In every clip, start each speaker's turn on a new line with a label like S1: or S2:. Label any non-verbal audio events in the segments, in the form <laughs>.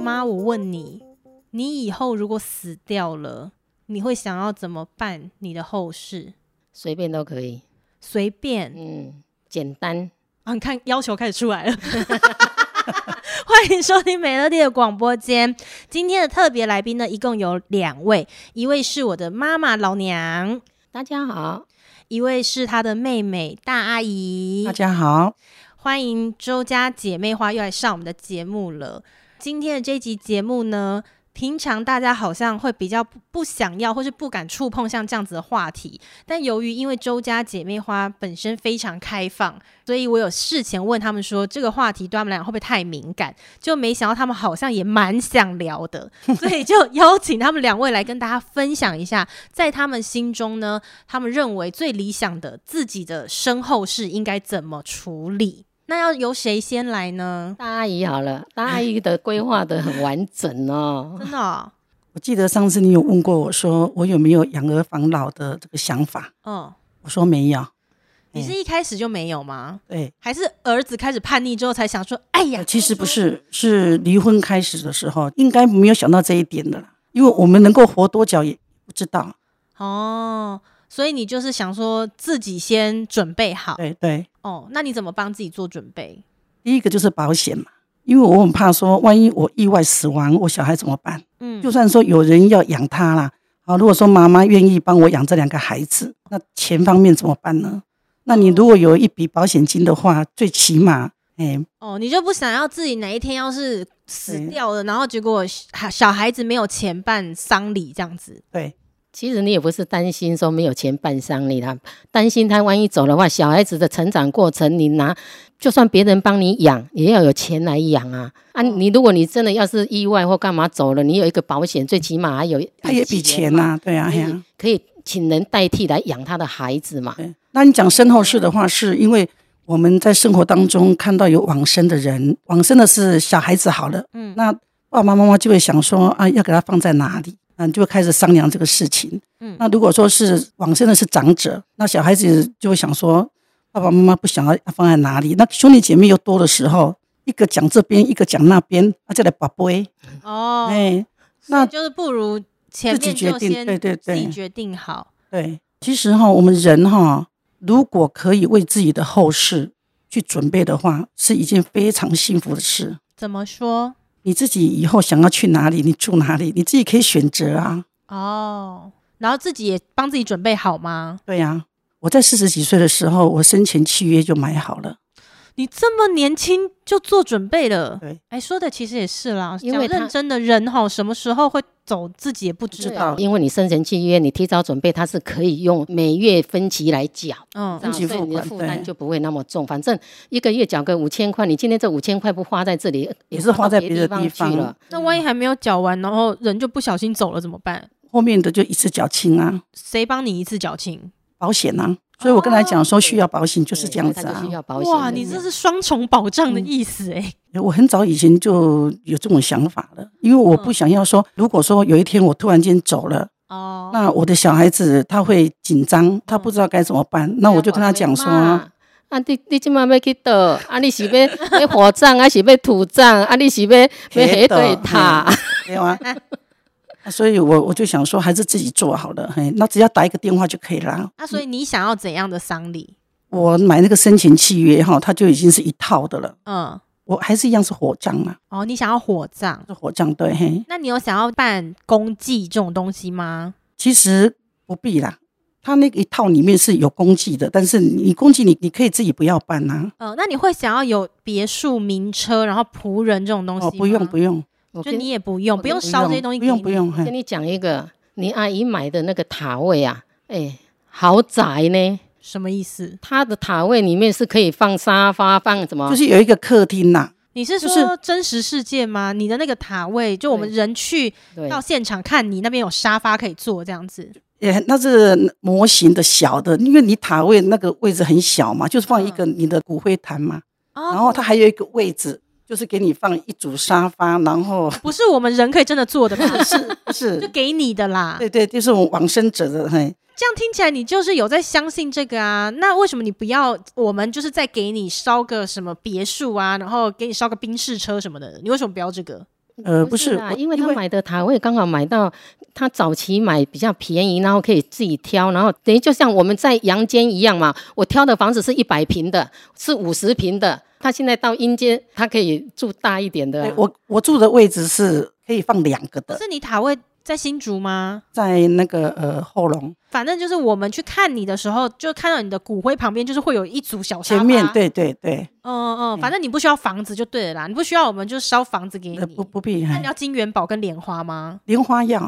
S1: 妈，我问你，你以后如果死掉了，你会想要怎么办你的后事？
S2: 随便都可以。
S1: 随便
S2: 嗯，简单。
S1: 啊，你看要求开始出来了。 <laughs> 欢迎收听美乐蒂的广播间。今天的特别来宾呢，一共有两位，一位是我的妈妈老娘，
S2: 大家好，
S1: 一位是她的妹妹大阿姨
S3: 大。家好，
S1: 欢迎周家姐妹花又来上我们的节目了。今天的这集节目呢，平常大家好像会比较不不想要或是不敢触碰像这样子的话题，但由于因为周家姐妹花本身非常开放，所以我有事前问他们说这个话题对他们来讲会不会太敏感，就没想到他们好像也蛮想聊的， <laughs> 所以就邀请他们两位来跟大家分享一下，在他们心中呢，他们认为最理想的自己的身后事应该怎么处理。那要由谁先来
S3: <laughs>
S1: 呢？
S2: 大阿姨好了，大阿姨的规划的很完整哦。
S1: 真的哦、
S3: 我记得上次你有问过我说我有没有养儿防老的这个想法，
S1: 哦，
S3: 我说没有。
S1: 你
S3: 哎
S1: 是一开始就没有吗？
S3: 对，
S1: 还是儿子开始叛逆之后才想说，哎呀，
S3: 其实不是，是离婚开始的时候应该没有想到这一点的啦，因为我们能够活多久也不知道。
S1: 哦，所以你就是想说自己先准备好
S3: 对对，
S1: 哦。那你怎么帮自己做准备？
S3: 第一个就是保险嘛，因为我很怕说万一我意外死亡，我小孩怎么办？
S1: 嗯，
S3: 就算说有人要养他啦，好，如果说妈妈愿意帮我养这两个孩子，那钱方面怎么办呢？那你如果有一笔保险金的话，最起码，哎，
S1: 哦，你就不想要自己哪一天要是死
S3: 对
S1: 掉了，然后结果小小孩子没有钱办丧礼这样子。
S3: 对，
S2: 其实你也不是担心说没有钱办丧礼啦，担心他万一走的话，小孩子的成长过程，你拿就算别人帮你养，也要有钱来养啊。啊，
S3: 哦
S2: 你如果你真的要是意外或干嘛走了，你有一个保险，最起码还有
S3: 他也比钱
S2: 嘛，嗯
S3: 呐、对啊，
S2: 可
S3: 哎呀、
S2: 以可以请人代替来养他的孩子嘛。
S3: 对那你讲身后事的话，是因为我们在生活当中看到有往生的人，往生的是小孩子好了，
S1: 嗯
S3: 那爸爸妈妈就会想说啊，要给他放在哪里？那你就会开始商量这个事情。
S1: 嗯
S3: 那如果说是往生的是长者，那小孩子就会想说，爸爸妈妈不想要放在哪里？那兄弟姐妹又多的时候，一个讲这边，一个讲那边，啊，再来宝贝，
S1: 哦，
S3: 哎，
S1: 那
S3: 那
S1: 就是不如前
S3: 自己
S1: 面
S3: 决
S1: 就
S3: 定
S1: 先
S3: 对对
S1: 自己
S3: 对
S1: 决定好。
S3: 对，其实哈，我们人哈，如果可以为自己的后事去准备的话，是一件非常幸福的事。
S1: 怎么说？
S3: 你自己以后想要去哪里，你住哪里，你自己可以选择啊。
S1: 哦，然后自己也帮自己准备好吗？
S3: 对呀、啊，我在四十几岁的时候，我生前契约就买好了。
S1: 你这么年轻就做准备了，
S3: 对，
S1: 哎，说的其实也是啦。
S2: 嗯因为
S1: 讲认
S2: 他
S1: 真的人哈，什么时候会走自己也不知
S3: 知
S1: 道。
S3: 道
S2: 因为你生前契约，你提早准备，它是可以用每月分期来缴。
S1: 嗯
S2: 这样
S3: 哦分期
S2: 所以
S3: 付
S2: 你的
S3: 款
S2: 负
S3: 对
S2: 担就不会那么重。反正一个月缴个五千块，你今天这五千块不花在这里，呃
S3: 也是花
S2: 到
S3: 在别的
S2: 地
S3: 地方
S2: 去了。
S1: 那万一还没有缴完，然后人就不小心走了怎么办？
S3: 后面的就一次缴清啊，
S1: 谁帮你一次缴清？
S3: 保险啊。所以我刚才讲说需要保险就是
S2: 哦对
S3: 这样
S2: 所
S3: 子
S2: 以它
S3: 啊
S2: 就需。要保险的。嗯
S1: 哇，你这是双重保障的意思哎、
S3: 我很早以前就有这种想法了，因为我不想要说，如果说有一天我突然间走了。
S1: 哦，
S3: 那我的小孩子他会紧张，他不知道该怎么办。
S1: 嗯
S3: 那我就跟他讲说，
S2: 妈。啊，你你今晚要去倒？啊，你是要要火葬，还是要土葬？啊，你是要要黑对塔？
S3: 没
S1: <laughs>
S3: 有啊。 <laughs> 所以我我就想说，还是自己做好了。嘿，那只要打一个电话就可以啦。
S1: 那啊所以你想要怎样的丧礼？
S3: 我买那个生前契约哈，它就已经是一套的了。
S1: 嗯，
S3: 我还是一样是火葬啊，
S1: 哦，你想要火葬？
S3: 是火葬对嘿。
S1: 那你有想要办公祭这种东西吗？
S3: 其实不必啦，它那个一套里面是有公祭的，但是你公祭你你可以自己不要办啊呐、
S1: 呃，那你会想要有别墅、名车，然后仆人这种东西
S3: 哦，不用不
S1: 用，
S3: 用，
S2: 我
S1: 就
S2: 跟
S1: 你也不用，
S2: 我
S1: 不
S2: 跟
S1: 用
S3: 不
S1: 烧这些
S3: 用
S1: 东西
S3: 不
S1: 给你，
S3: 用不用，
S2: 跟
S3: 嘿，
S2: 你讲一个，你阿姨买的那个塔位啊，哎，豪宅呢？
S1: 什么意思？
S2: 它的塔位里面是可以放沙发，放什么？
S3: 就是有一个客厅呐、
S1: 你是
S3: 就是
S1: 说真实世界吗？你的那个塔位，就我们
S2: 对
S1: 人去
S2: 对
S1: 到现场看你那边有沙发可以坐这样子。
S3: 也那是模型的小的，因为你塔
S1: 嗯哦
S3: 位那个位置很小嘛，就是放一个你的骨灰坛嘛，然后它还有一个位置，就是给你放一组沙发，
S1: <laughs>
S3: 然后
S1: 不是我们人可以真的做的吧？
S3: <laughs> 是是
S1: 就给你的啦。
S3: 对对，就是往生者的嘿，
S1: 这样听起来你就是有在相信这个啊。那为什么你不要我们就是再给你烧个什么别墅啊，然后给你烧个宾士车什么的？你为什么不要这个？
S3: 呃，不
S2: 不
S3: 是
S2: 啦，
S3: 我
S2: 因为他买的塔位刚好买到，他早期买比较便宜，然后可以自己挑，然后等于就像我们在阳间一样嘛。我挑的房子是一百平的，是五十平的，他现在到阴间，他可以住大一点的啊、
S3: 对哎我我住的位置是可以放两个的，
S1: 是你塔位在新竹吗？
S3: 在那个呃后龙
S1: 反正就是我们去看你的时候，就看到你的骨灰旁边就是会有一组小沙发。
S3: 前面，对对对，
S1: 嗯嗯，反正你不需要房子就对了啦，你不需要我们就烧房子给你。
S3: 呃不不必，
S1: 那
S3: 嘿
S1: 你要金元宝跟莲花吗？
S3: 莲花要，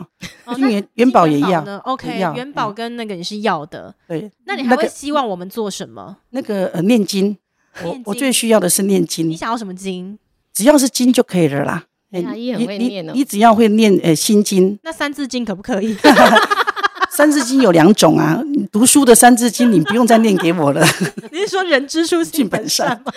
S1: 哦
S3: 金
S1: 那
S3: 元元宝也
S1: 金
S3: 要，
S1: 呢？OK，
S3: 也要
S1: 元宝跟那个也是要的。
S3: 对，
S1: 那你还会
S3: 个
S1: 希望我们做什么？
S3: 那个呃念经，我
S1: 念
S3: 我
S1: 经
S3: 最需要的是念
S1: 你
S3: 经，
S1: 想要什么经？
S3: 只要是经就可以了啦。
S2: 哎呀
S3: 嘿
S2: 也很会
S3: 你
S2: 念哦
S3: 你你只要会念呃
S2: <laughs>
S3: 心经，
S1: 那三字经可不可
S3: <laughs>
S1: 以？
S3: 三字经有两种啊，你读书的三字经你不用再念给我了，
S2: <laughs>
S1: 你是说人之初性
S3: 性
S1: 本
S3: 本
S1: 善
S3: 善
S1: 吗？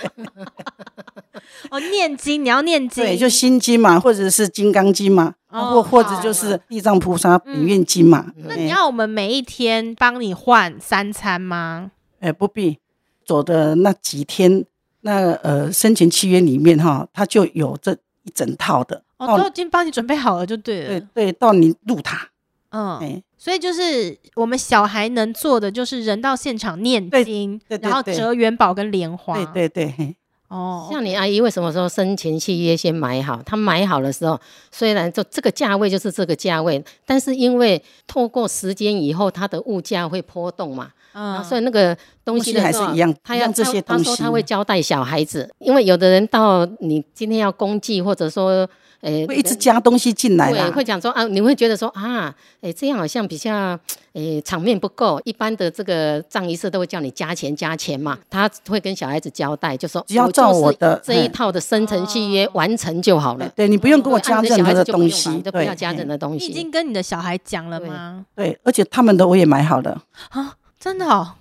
S1: 哦，念经，你要念经，
S3: 对，就心经嘛，或者是金刚经嘛，
S1: 哦
S3: 或或者
S1: 好
S3: 就是地藏菩萨
S2: 嗯
S3: 本愿经嘛。
S1: 那
S3: 嘿
S1: 你要我们每一天帮你换三餐吗？
S3: 呃，不必走的那几天，那呃生前契约里面哈，它就有这一整套的。
S1: 哦，都
S3: 到
S1: 已经帮你准备好了就对
S3: 对
S1: 了。
S3: 对，到你入塔，
S2: 哦
S3: 哎、
S1: 嗯，所以就是我们小孩能做的，就是人到现场念
S3: 对
S1: 经，
S3: 对对
S1: 然后
S3: 对
S1: 折元宝跟莲花。
S3: 对对对，嘿，
S1: 哦，
S2: 像你阿姨为什么说生前契约先买好？她买好的时候，虽然就这个价位就是这个价位，但是因为透过时间以后，它的物价会波动嘛，啊，
S1: 嗯，
S2: 所以那个东西的
S3: 东西还
S2: 时候
S3: 是一样
S2: 他
S3: 一
S2: 要
S3: 样这些
S2: 他
S3: 东
S2: 他说
S3: 西
S2: 他会交代小孩子，因为有的人到你今天要公祭，或者说，诶、
S3: 会一直加东西进来
S2: 哎对，
S3: 啦。
S2: 会讲说啊，你会觉得说啊，诶、这样好像比较，诶、场面不够。一般的这个葬仪社都会叫你加钱加钱嘛，他会跟小孩子交代，就说
S3: 只要照
S2: 就是
S3: 我的哦
S2: 这一
S3: 嗯
S2: 套的生成契约完成就好
S3: 对
S2: 了。
S3: 对，你不用跟我
S2: 啊
S3: 加
S2: 你的小
S3: 任
S2: 孩子
S3: 何的
S2: 就不
S3: 东
S2: 用
S3: 西
S2: 嘛，就不
S3: 对
S2: 要加任
S3: 嘿
S2: 何东
S1: 你已
S2: 西。
S1: 经跟你的小孩讲了吗？
S3: 对，而且他们的我也买好了，
S1: 啊，真的哦，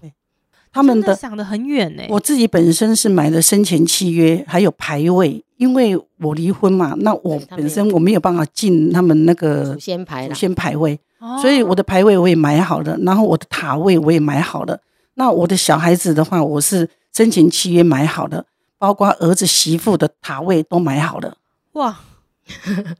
S3: 他们
S1: 真
S3: 的
S1: 想得很远欸呢。
S3: 我自己本身是买了生前契约，还有牌位，因为我离婚嘛，那我
S2: 对他们
S3: 本身我没有办法进他们那个
S2: 祖先牌
S3: 祖
S2: 啦，
S3: 先牌位，
S1: 哦
S3: 所以我的牌位我也买好了，然后我的塔位我也买好了。那我的小孩子的话，我是生前契约买好了，包括儿子媳妇的塔位都买好了。
S1: 哇，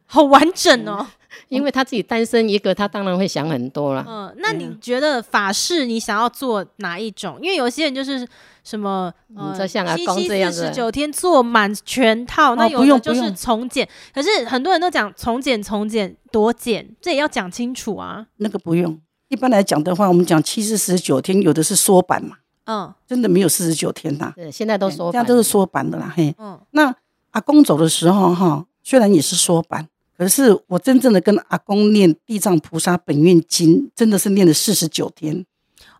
S1: 好完整哦。
S2: 因为他自己单身一个，他当然会想很多啦。
S1: 嗯，那
S3: 对
S1: 你
S3: 啊
S1: 觉得法式你想要做哪一种？因为有些人就是什么，呃，
S2: 你说像阿
S1: 七
S2: 公
S1: 七
S2: 这样
S1: 四
S2: 子
S1: 十九天做满全套，那
S3: 哦
S1: 有
S3: 不
S1: 的
S3: 用
S1: 就
S3: 不
S1: 是
S3: 用
S1: 从简。可是很多人都讲从简、从简、多简，这也要讲清楚啊。
S3: 那个不用，一般来讲的话，我们讲七至十九天，有的是缩版嘛，
S1: 嗯
S3: 真的没有四十九天呐、
S2: 对，现在都说
S3: 人家
S2: 反
S3: 都是
S2: 了
S3: 缩版的啦。嘿，
S1: 嗯，
S3: 那阿公走的时候哈，虽然也是缩版，可是我真正的跟阿公念《地藏菩萨本愿经》，真的是念了四十九天。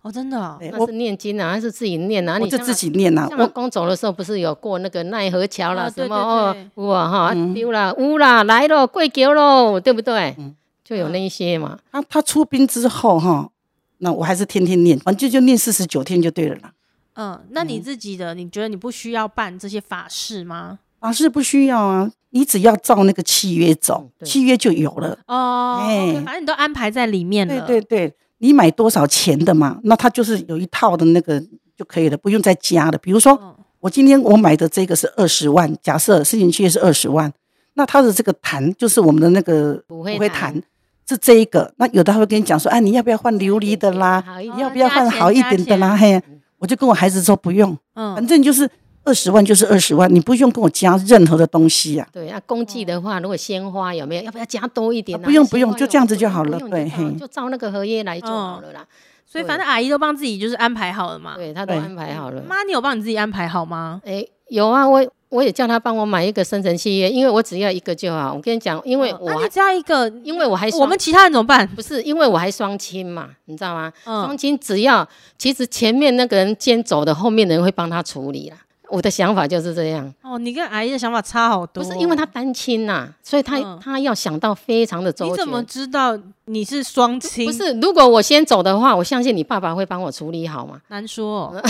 S1: 哦，真的哦、
S3: 对
S2: 那
S3: 我
S2: 是念经啊，那是自己念啊。
S3: 我
S2: 你
S3: 就
S2: 像
S3: 自己念啦、
S2: 像
S3: 我
S2: 我公走的时候，不是有过那个奈何桥啦，
S1: 啊对
S2: 什么
S1: 对
S2: 哦，哇哈
S3: 嗯
S2: 丢啦，乌啦来了，跪求喽，对不对
S3: 嗯？
S2: 就有那一些
S1: 嗯
S2: 嘛，
S3: 他他出兵之后哈，那我还是天天念，反正就念四十九天就对了啦。
S1: 嗯，那你自己的，你觉得你不需要办这些法事吗？
S3: 法师不需要啊，你只要照那个契约走
S2: 嗯，对
S3: 契约就有了。
S1: 哦
S3: 哎
S1: o 反正你都安排在里面
S3: 对
S1: 了。
S3: 对对，你买多少钱的嘛，那他就是有一套的那个就可以了，不用再加了。比如说
S1: 嗯
S3: 我今天我买的这个是二十万，假设事情契约是二十万，那他的这个坛就是我们的那个
S2: 骨灰坛
S3: 坛。是这一个，那有的还会跟你讲说，哎，你要不要换琉璃的啦？
S2: 好一
S1: 哦
S3: 你要不
S1: 加
S3: 要换
S1: 钱
S3: 好一
S1: 加
S3: 点的啦？
S1: 钱
S3: 嘿，我就跟我孩子说不用，反
S1: 嗯，
S3: 正就是二十万就是二十万，你不用跟我加任何的东西呀、
S2: 对啊，公祭的话，如果鲜花有没有，要不要加多一点啊？
S3: 啊不用
S2: 鲜花
S3: 不用就这样子就好了
S2: 不用就
S3: 对
S2: 照
S3: 嘿
S2: 就照那个合约来就好了啦。
S1: 所以反正阿姨都帮自己就是安排好了嘛。
S2: 对他都
S3: 对
S2: 安排好了。
S1: 妈，你有帮你自己安排好吗？
S2: 哎，有啊，我我也叫他帮我买一个生辰契约，因为我只要一个就好。我跟你讲，因为
S1: 嗯
S2: 我
S1: 那
S2: 还
S1: 你只要一个，
S2: 因为我还
S1: 我
S2: 双
S1: 们其他人怎么办？
S2: 不是因为我还双亲嘛，你知道吗？
S1: 嗯
S2: 双亲只要其实前面那个人先走的，后面的人会帮他处理啦。我的想法就是这样，
S1: 哦，你跟阿姨的想法差好多
S2: 不
S1: 哦。
S2: 是因为他单亲呐、所以他、
S1: 嗯
S2: 他要想到非常的周
S1: 你
S2: 全
S1: 怎。么知道你是双亲？
S2: 不是，如果我先走的话，我相信你爸爸会帮我处理好嘛，
S1: 难说哦。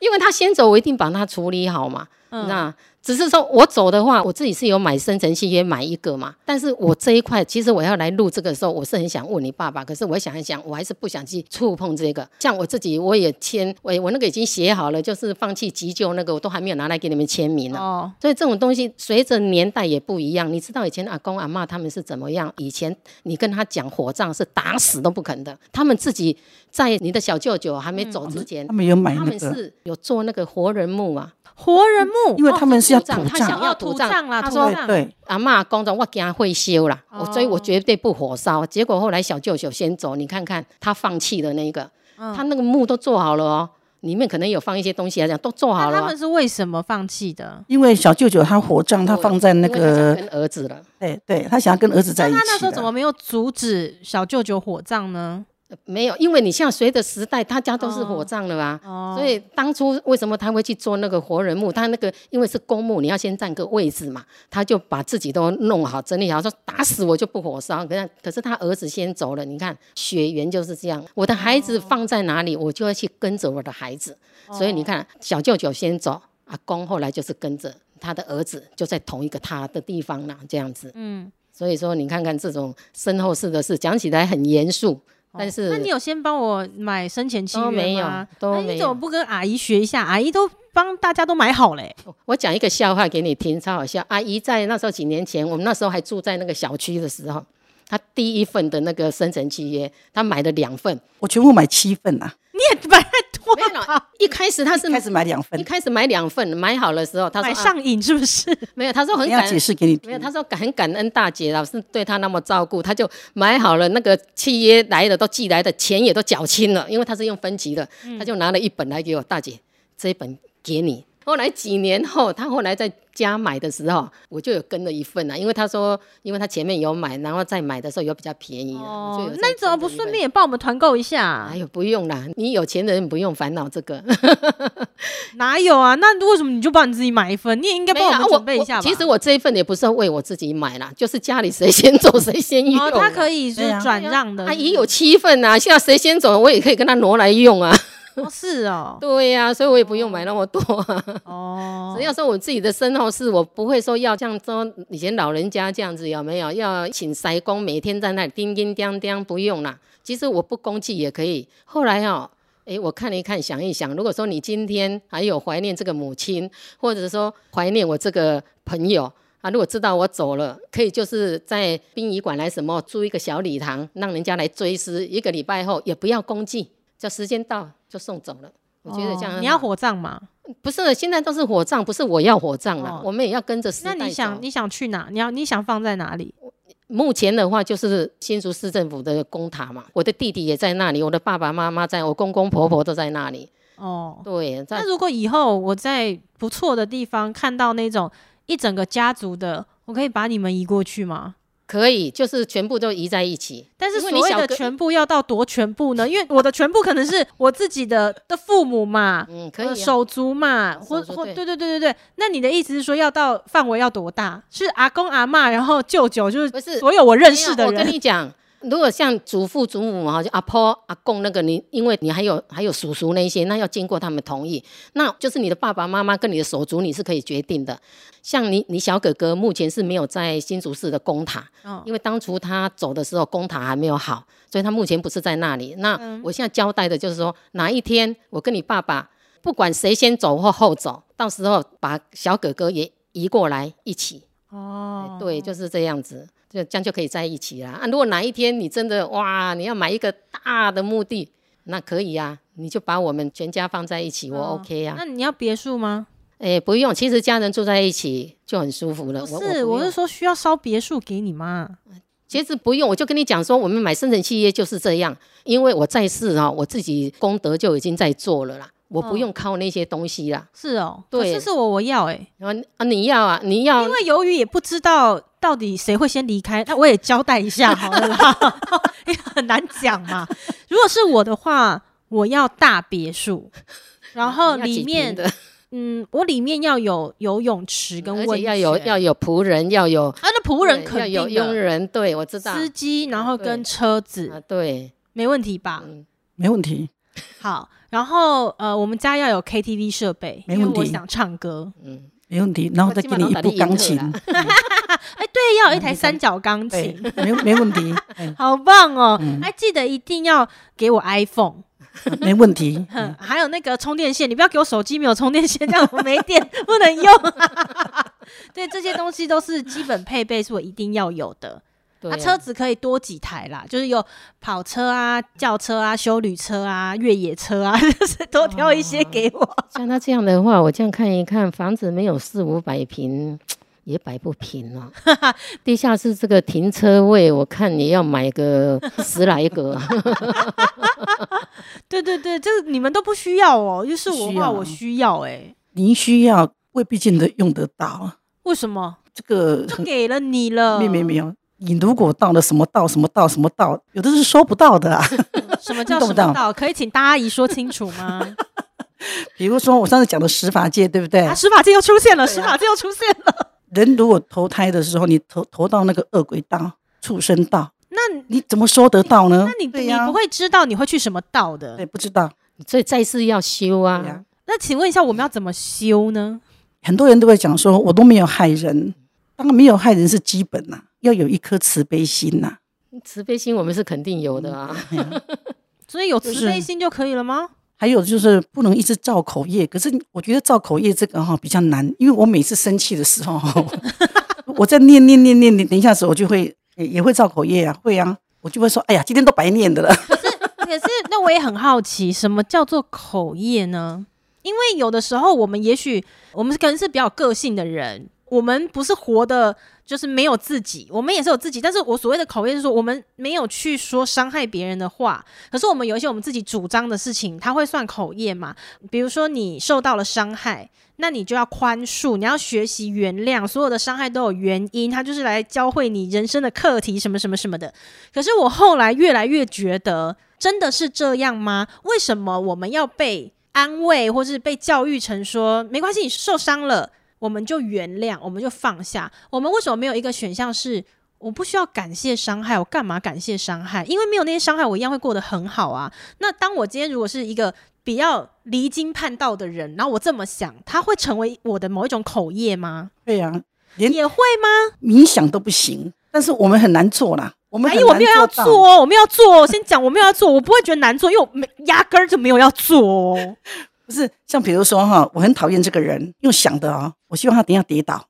S2: 因为他先走，我一定帮他处理好嘛。
S1: 嗯
S2: 那只是说我走的话，我自己是有买生辰契约买一个嘛，但是我这一块其实我要来录这个的时候，我是很想问你爸爸，可是我想一想，我还是不想去触碰这个。像我自己我也签，我我那个已经写好了，就是放弃急救那个，我都还没有拿来给你们签名呢、
S1: 哦，
S2: 所以这种东西随着年代也不一样，你知道以前阿公阿嬷他们是怎么样？以前你跟他讲火葬是打死都不肯的，他们自己在你的小舅舅还没走之前，
S3: 他们有
S2: 嗯
S3: 买
S2: 他
S3: 那
S2: 们
S3: 个，
S2: 是有做那个活人墓啊，
S1: 活人墓，
S3: 因为他们是要
S2: 土葬
S3: 土
S2: 哦他
S3: 葬
S2: 想，
S1: 要
S2: 要
S1: 土
S2: 土
S1: 葬
S2: 葬
S1: 啦，
S2: 他
S1: 土
S2: 说
S1: 葬
S3: 对对，
S2: 阿嬷公着我惊会修啦，
S1: 哦
S2: 我所以我绝对不火烧。结果后来小舅舅先走，你看看他放弃的那个，
S1: 嗯
S2: 他那个墓都做好了哦，里面可能有放一些东西来讲，都做
S1: 那
S2: 好了
S1: 他
S2: 哦、
S1: 们是为什么放弃的？
S3: 因为小舅舅他火葬，他放在那
S2: 因为他想
S3: 个，
S2: 跟儿子了，
S3: 对对，他想要跟儿子在
S1: 那
S3: 一
S1: 他那时
S3: 起
S1: 候怎么
S3: 的。
S1: 没有阻止小舅舅火葬呢？
S2: 没有，因为你像随着时代，他家都是火葬了啊。
S1: 哦，
S2: 所以当初为什么他会去做那个活人墓？他那个因为是公墓，你要先占个位置嘛，他就把自己都弄好、整理好，说打死我就不火烧。可是可是他儿子先走了，你看血缘就是这样。我的孩子放在哪里，我就要去跟着我的孩子。
S1: 哦
S2: 所以你看，小舅舅先走，阿公后来就是跟着他的儿子，就在同一个他的地方啦，这样子。
S1: 嗯，
S2: 所以说，你看看这种身后事的事，讲起来很严肃，但是、
S1: 哦那你有先帮我买生前契约
S2: 都没有
S1: 吗
S2: 都
S1: 那
S2: 没
S1: 你
S2: 有
S1: 怎么不跟阿姨学一下？阿姨都帮大家都买好
S2: <laughs>
S1: 嘞。
S2: 我讲一个笑话给你听，超好笑。阿姨在那时候几年前，我们那时候还住在那个小区的时候，她第一份的那个生辰契约，她买了两份。
S3: 我全部买七份啊，
S1: 你也买太多
S2: 没有
S1: 了
S2: 啦
S1: 吧，
S2: 一开始她是
S3: 开始买两
S2: 一
S3: 份，
S2: 开始买两份，买好的时候她说
S1: 买
S2: 啊
S1: 上瘾是不是？
S2: 没有，她
S1: 哦
S2: 说
S3: 等
S2: 很
S3: 一下
S2: 感
S3: 解释给你
S2: 没有，
S3: 听。
S2: 她说很感恩大姐老师对她那么照顾，她就买好了那个契约来的都寄来的，钱也都缴清了，因为她是用分期的，
S1: 嗯
S2: 她就拿了一本来给我大姐，这一本给你。后来几年后，她后来在家买的时候，我就有跟了一份啊，因为她说，因为她前面有买，然后再买的时候有比较便宜、啊，我就有再
S1: 哦那你怎么不
S2: 跟了一份
S1: 顺便？也帮我们团购一下啊
S2: 哎？呦，不用啦，你有钱人不用烦恼这个。
S1: 哪有啊？那为什么你就帮你自己买一份？ <laughs> 你也应该
S2: 没
S1: 帮
S2: 有
S1: 我
S2: 啊
S1: 们准备一下吧。哦
S2: 其实我这一份也不是为我自己买啦，就是家里谁先走谁先用啊。
S1: 哦，他可以就
S3: 对
S1: 是
S3: 啊
S1: 转让的。
S2: 阿姨有七份啊，现在谁先走，我也可以跟他挪来用啊。
S1: 哦是哦，
S2: 对呀、所以我也不用买那么多啊。
S1: 哦，
S2: 只要说我自己的身后事，我不会说要像说以前老人家这样子，有没有？要请塞工，每天在那里叮叮当当，不用啦。其实我不攻击也可以。后来哦。诶，我看了一看，想一想，如果说你今天还有怀念这个母亲，或者说怀念我这个朋友啊，如果知道我走了，可以就是在殡仪馆来什么租一个小礼堂，让人家来追思，一个礼拜后也不要公祭，叫时间到就送走了。我觉得这样很好、
S1: 哦你要火葬嘛？
S2: 不是，现在都是火葬，不是我要火葬了，
S1: 哦
S2: 我们也要跟着时代
S1: 那
S2: 走。
S1: 你想你想去哪？你要你想放在哪里？
S2: 目前的话，就是新竹市政府的公塔嘛，我的弟弟也在那里，我的爸爸妈妈在，我公公婆婆都在那里。
S1: 哦，
S2: 对，在
S1: 那如果以后我在不错的地方看到那种一整个家族的，我可以把你们移过去吗？
S2: 可以，就是全部都移在一起。
S1: 但是
S2: 因
S1: 所
S2: 为你
S1: 谓
S2: 小
S1: 的
S2: 哥
S1: 全部要到多全部呢？因为我的全部可能是我自己的的父母嘛，
S2: 嗯，可以、啊
S1: 呃。手足嘛，或
S2: 手足
S1: 或对
S2: 对
S1: 对对对对。那你的意思是说，要到范围要多大？是阿公阿嬷，然后舅舅，就
S2: 不
S1: 是
S2: 是
S1: 所有我认识
S2: 没有
S1: 的
S2: 我跟
S1: 人。
S2: 你讲，如果像祖父、祖母哈，就阿婆、阿公那个，你因为你还有还有叔叔那一些，那要经过他们同意，那就是你的爸爸妈妈跟你的手足，你是可以决定的。像你，你小哥哥目前是没有在新竹市的公塔，
S1: 哦
S2: 因为当初他走的时候公塔还没有好，所以他目前不是在那里。那
S1: 嗯
S2: 我现在交代的就是说，哪一天我跟你爸爸，不管谁先走或后走，到时候把小哥哥也移过来一起。
S1: 哦，
S2: 哎对，就是这样子，就这样就可以在一起啦。啊，如果哪一天你真的哇，你要买一个大的墓地，那可以啊，你就把我们全家放在一起，我
S1: 哦
S2: OK 啊。
S1: 那你要别墅吗？
S2: 哎、不用，其实家人住在一起就很舒服了。
S1: 不
S2: 我
S1: 哦是，
S2: 我
S1: 我
S2: 不
S1: 是
S2: 用
S1: 说需要烧别墅给你妈。
S2: 其实不用，我就跟你讲说，我们买生辰契约就是这样，因为我在世啊，我自己功德就已经在做了啦，我不
S1: 嗯
S2: 用靠那些东西啦。
S1: 是哦，
S2: 对
S1: 可是是我我要哎、
S2: 然后啊，你要啊，你要
S1: 因为由于也不知道到底谁会先离开，那我也交代一
S2: <laughs>
S1: 下好了啦， <laughs> 也很难讲嘛。如果是我的话，我要大别墅，然后
S2: <laughs> 你要
S1: 哦里
S2: 几平
S1: 面
S2: 的，
S1: 嗯，我里面要有游泳池跟
S2: <laughs> 嗯而
S1: 温
S2: 且
S1: 泉，
S2: 要有要有仆人，要有
S1: 啊，那仆人肯
S2: 要有
S1: 定
S2: 佣
S1: 的，
S2: 人，对我知道。
S1: 司机，然后跟
S2: 对
S1: 车
S2: 啊
S1: 子，，
S2: 对，
S1: 没问题吧？
S2: 嗯，
S3: 没问题，
S1: 好，然后呃，我们家要有 KTV 设备，
S3: 没
S1: 因为
S3: 问
S1: 我
S3: 题
S1: 想唱歌。
S2: 嗯，
S3: 没问题，然后再给你一部钢
S1: <laughs>
S3: 琴，
S1: 哎，对，要有一台三角钢
S3: 对
S1: 琴，，
S3: 没没问题，哎
S1: 好棒哦！
S3: 嗯
S1: 哎，记得一定要给我 iPhone。
S3: 没
S1: <laughs>
S3: 问题。
S1: 哼，还有那个充电线，你不要给我手机没有充电线，这样我没电 <laughs> 不能用。对，这些东西都是基本配备，是我一定要有的。
S2: 对
S1: 啊，车子可以多几台啦，就是有跑车啊、轿车啊、修旅车啊、越野车啊， <laughs> 就是多挑一些给我。
S2: 像他这样的话，我这样看一看，房子没有四五百平。也摆不平了、地下室这个停车位，我看你要买个十来个啊、 <laughs>
S1: 对对对，就是你们都不需要哦，就是我
S3: 需
S1: 话
S3: 要
S1: 我需要哎、
S3: 您需要未必见得用得到，
S1: 为什么？
S3: 这个
S1: 就
S3: 很
S1: 给了你了，
S3: 没没没有。你如果到了什么道什么道什么道，有的是收不到的啊。
S1: <laughs> <laughs> 什么叫
S3: 你懂
S1: 什
S3: 不
S1: 么
S3: 懂
S1: 道？可以请大阿姨说清楚吗？
S3: 比如说我上次讲的十法界，对不 <laughs> 对
S1: 啊，？司法界又出现了，司法界又出现
S3: 啊
S1: 了。
S3: 人如果投胎的时候，你投投到那个恶鬼道、畜生道，
S1: 那
S3: 你怎么收得到呢？
S1: 那你、
S3: 对呀、
S1: 你不会知道你会去什么道的
S3: 对。啊不知道？
S2: 所以再次要修啊。
S3: 对呀
S1: 那请问一下，我们要怎么修呢？
S3: 很多人都会讲说，我都没有害人，当然没有害人是基本呐、要有一颗慈悲心呐、
S2: 慈悲心我们是肯定有的啊。
S1: 所以有慈
S3: 就是
S1: 悲心就可以了吗？
S3: 还有就是不能一直造口业，可是我觉得造口业这个哈、比较难，因为我每次生气的时候，我在念念念念念，等一下子我就会也也会造口业啊，会啊，我就会说，哎呀，今天都白念的了。
S1: 可是，那我也很好奇，什么叫做口业呢？因为有的时候，我们也许我们可能是比较有个性的人，我们不是活的，就是没有自己，我们也是有自己。但是我所谓的口业，是说我们没有去说伤害别人的话，可是我们有一些我们自己主张的事情，它会算口业嘛？比如说你受到了伤害，那你就要宽恕，你要学习原谅，所有的伤害都有原因，它就是来教会你人生的课题，什么什么什么的。可是我后来越来越觉得，真的是这样吗？为什么我们要被安慰，或是被教育成说没关系，你受伤了，我们就原谅，我们就放下？我们为什么没有一个选项是？我不需要感谢伤害，我干嘛感谢伤害？因为没有那些伤害，我一样会过得很好啊。那当我今天如果是一个比较离经叛道的人，然后我这么想，他会成为我的某一种口业吗？
S3: 对呀、啊，连
S1: 也会吗？
S3: 冥想都不行，但是我们很难做啦，我们
S1: 哎
S3: 很，
S1: 我
S3: 难
S1: 没有要
S3: 到
S1: 做，哦，我没有要做哦。我先讲，我没有要做，我不会觉得难做，因为我没压根儿就没有要做哦。
S3: 不是像比如说哈，我很讨厌这个人，用想的哦，我希望他等一下跌倒。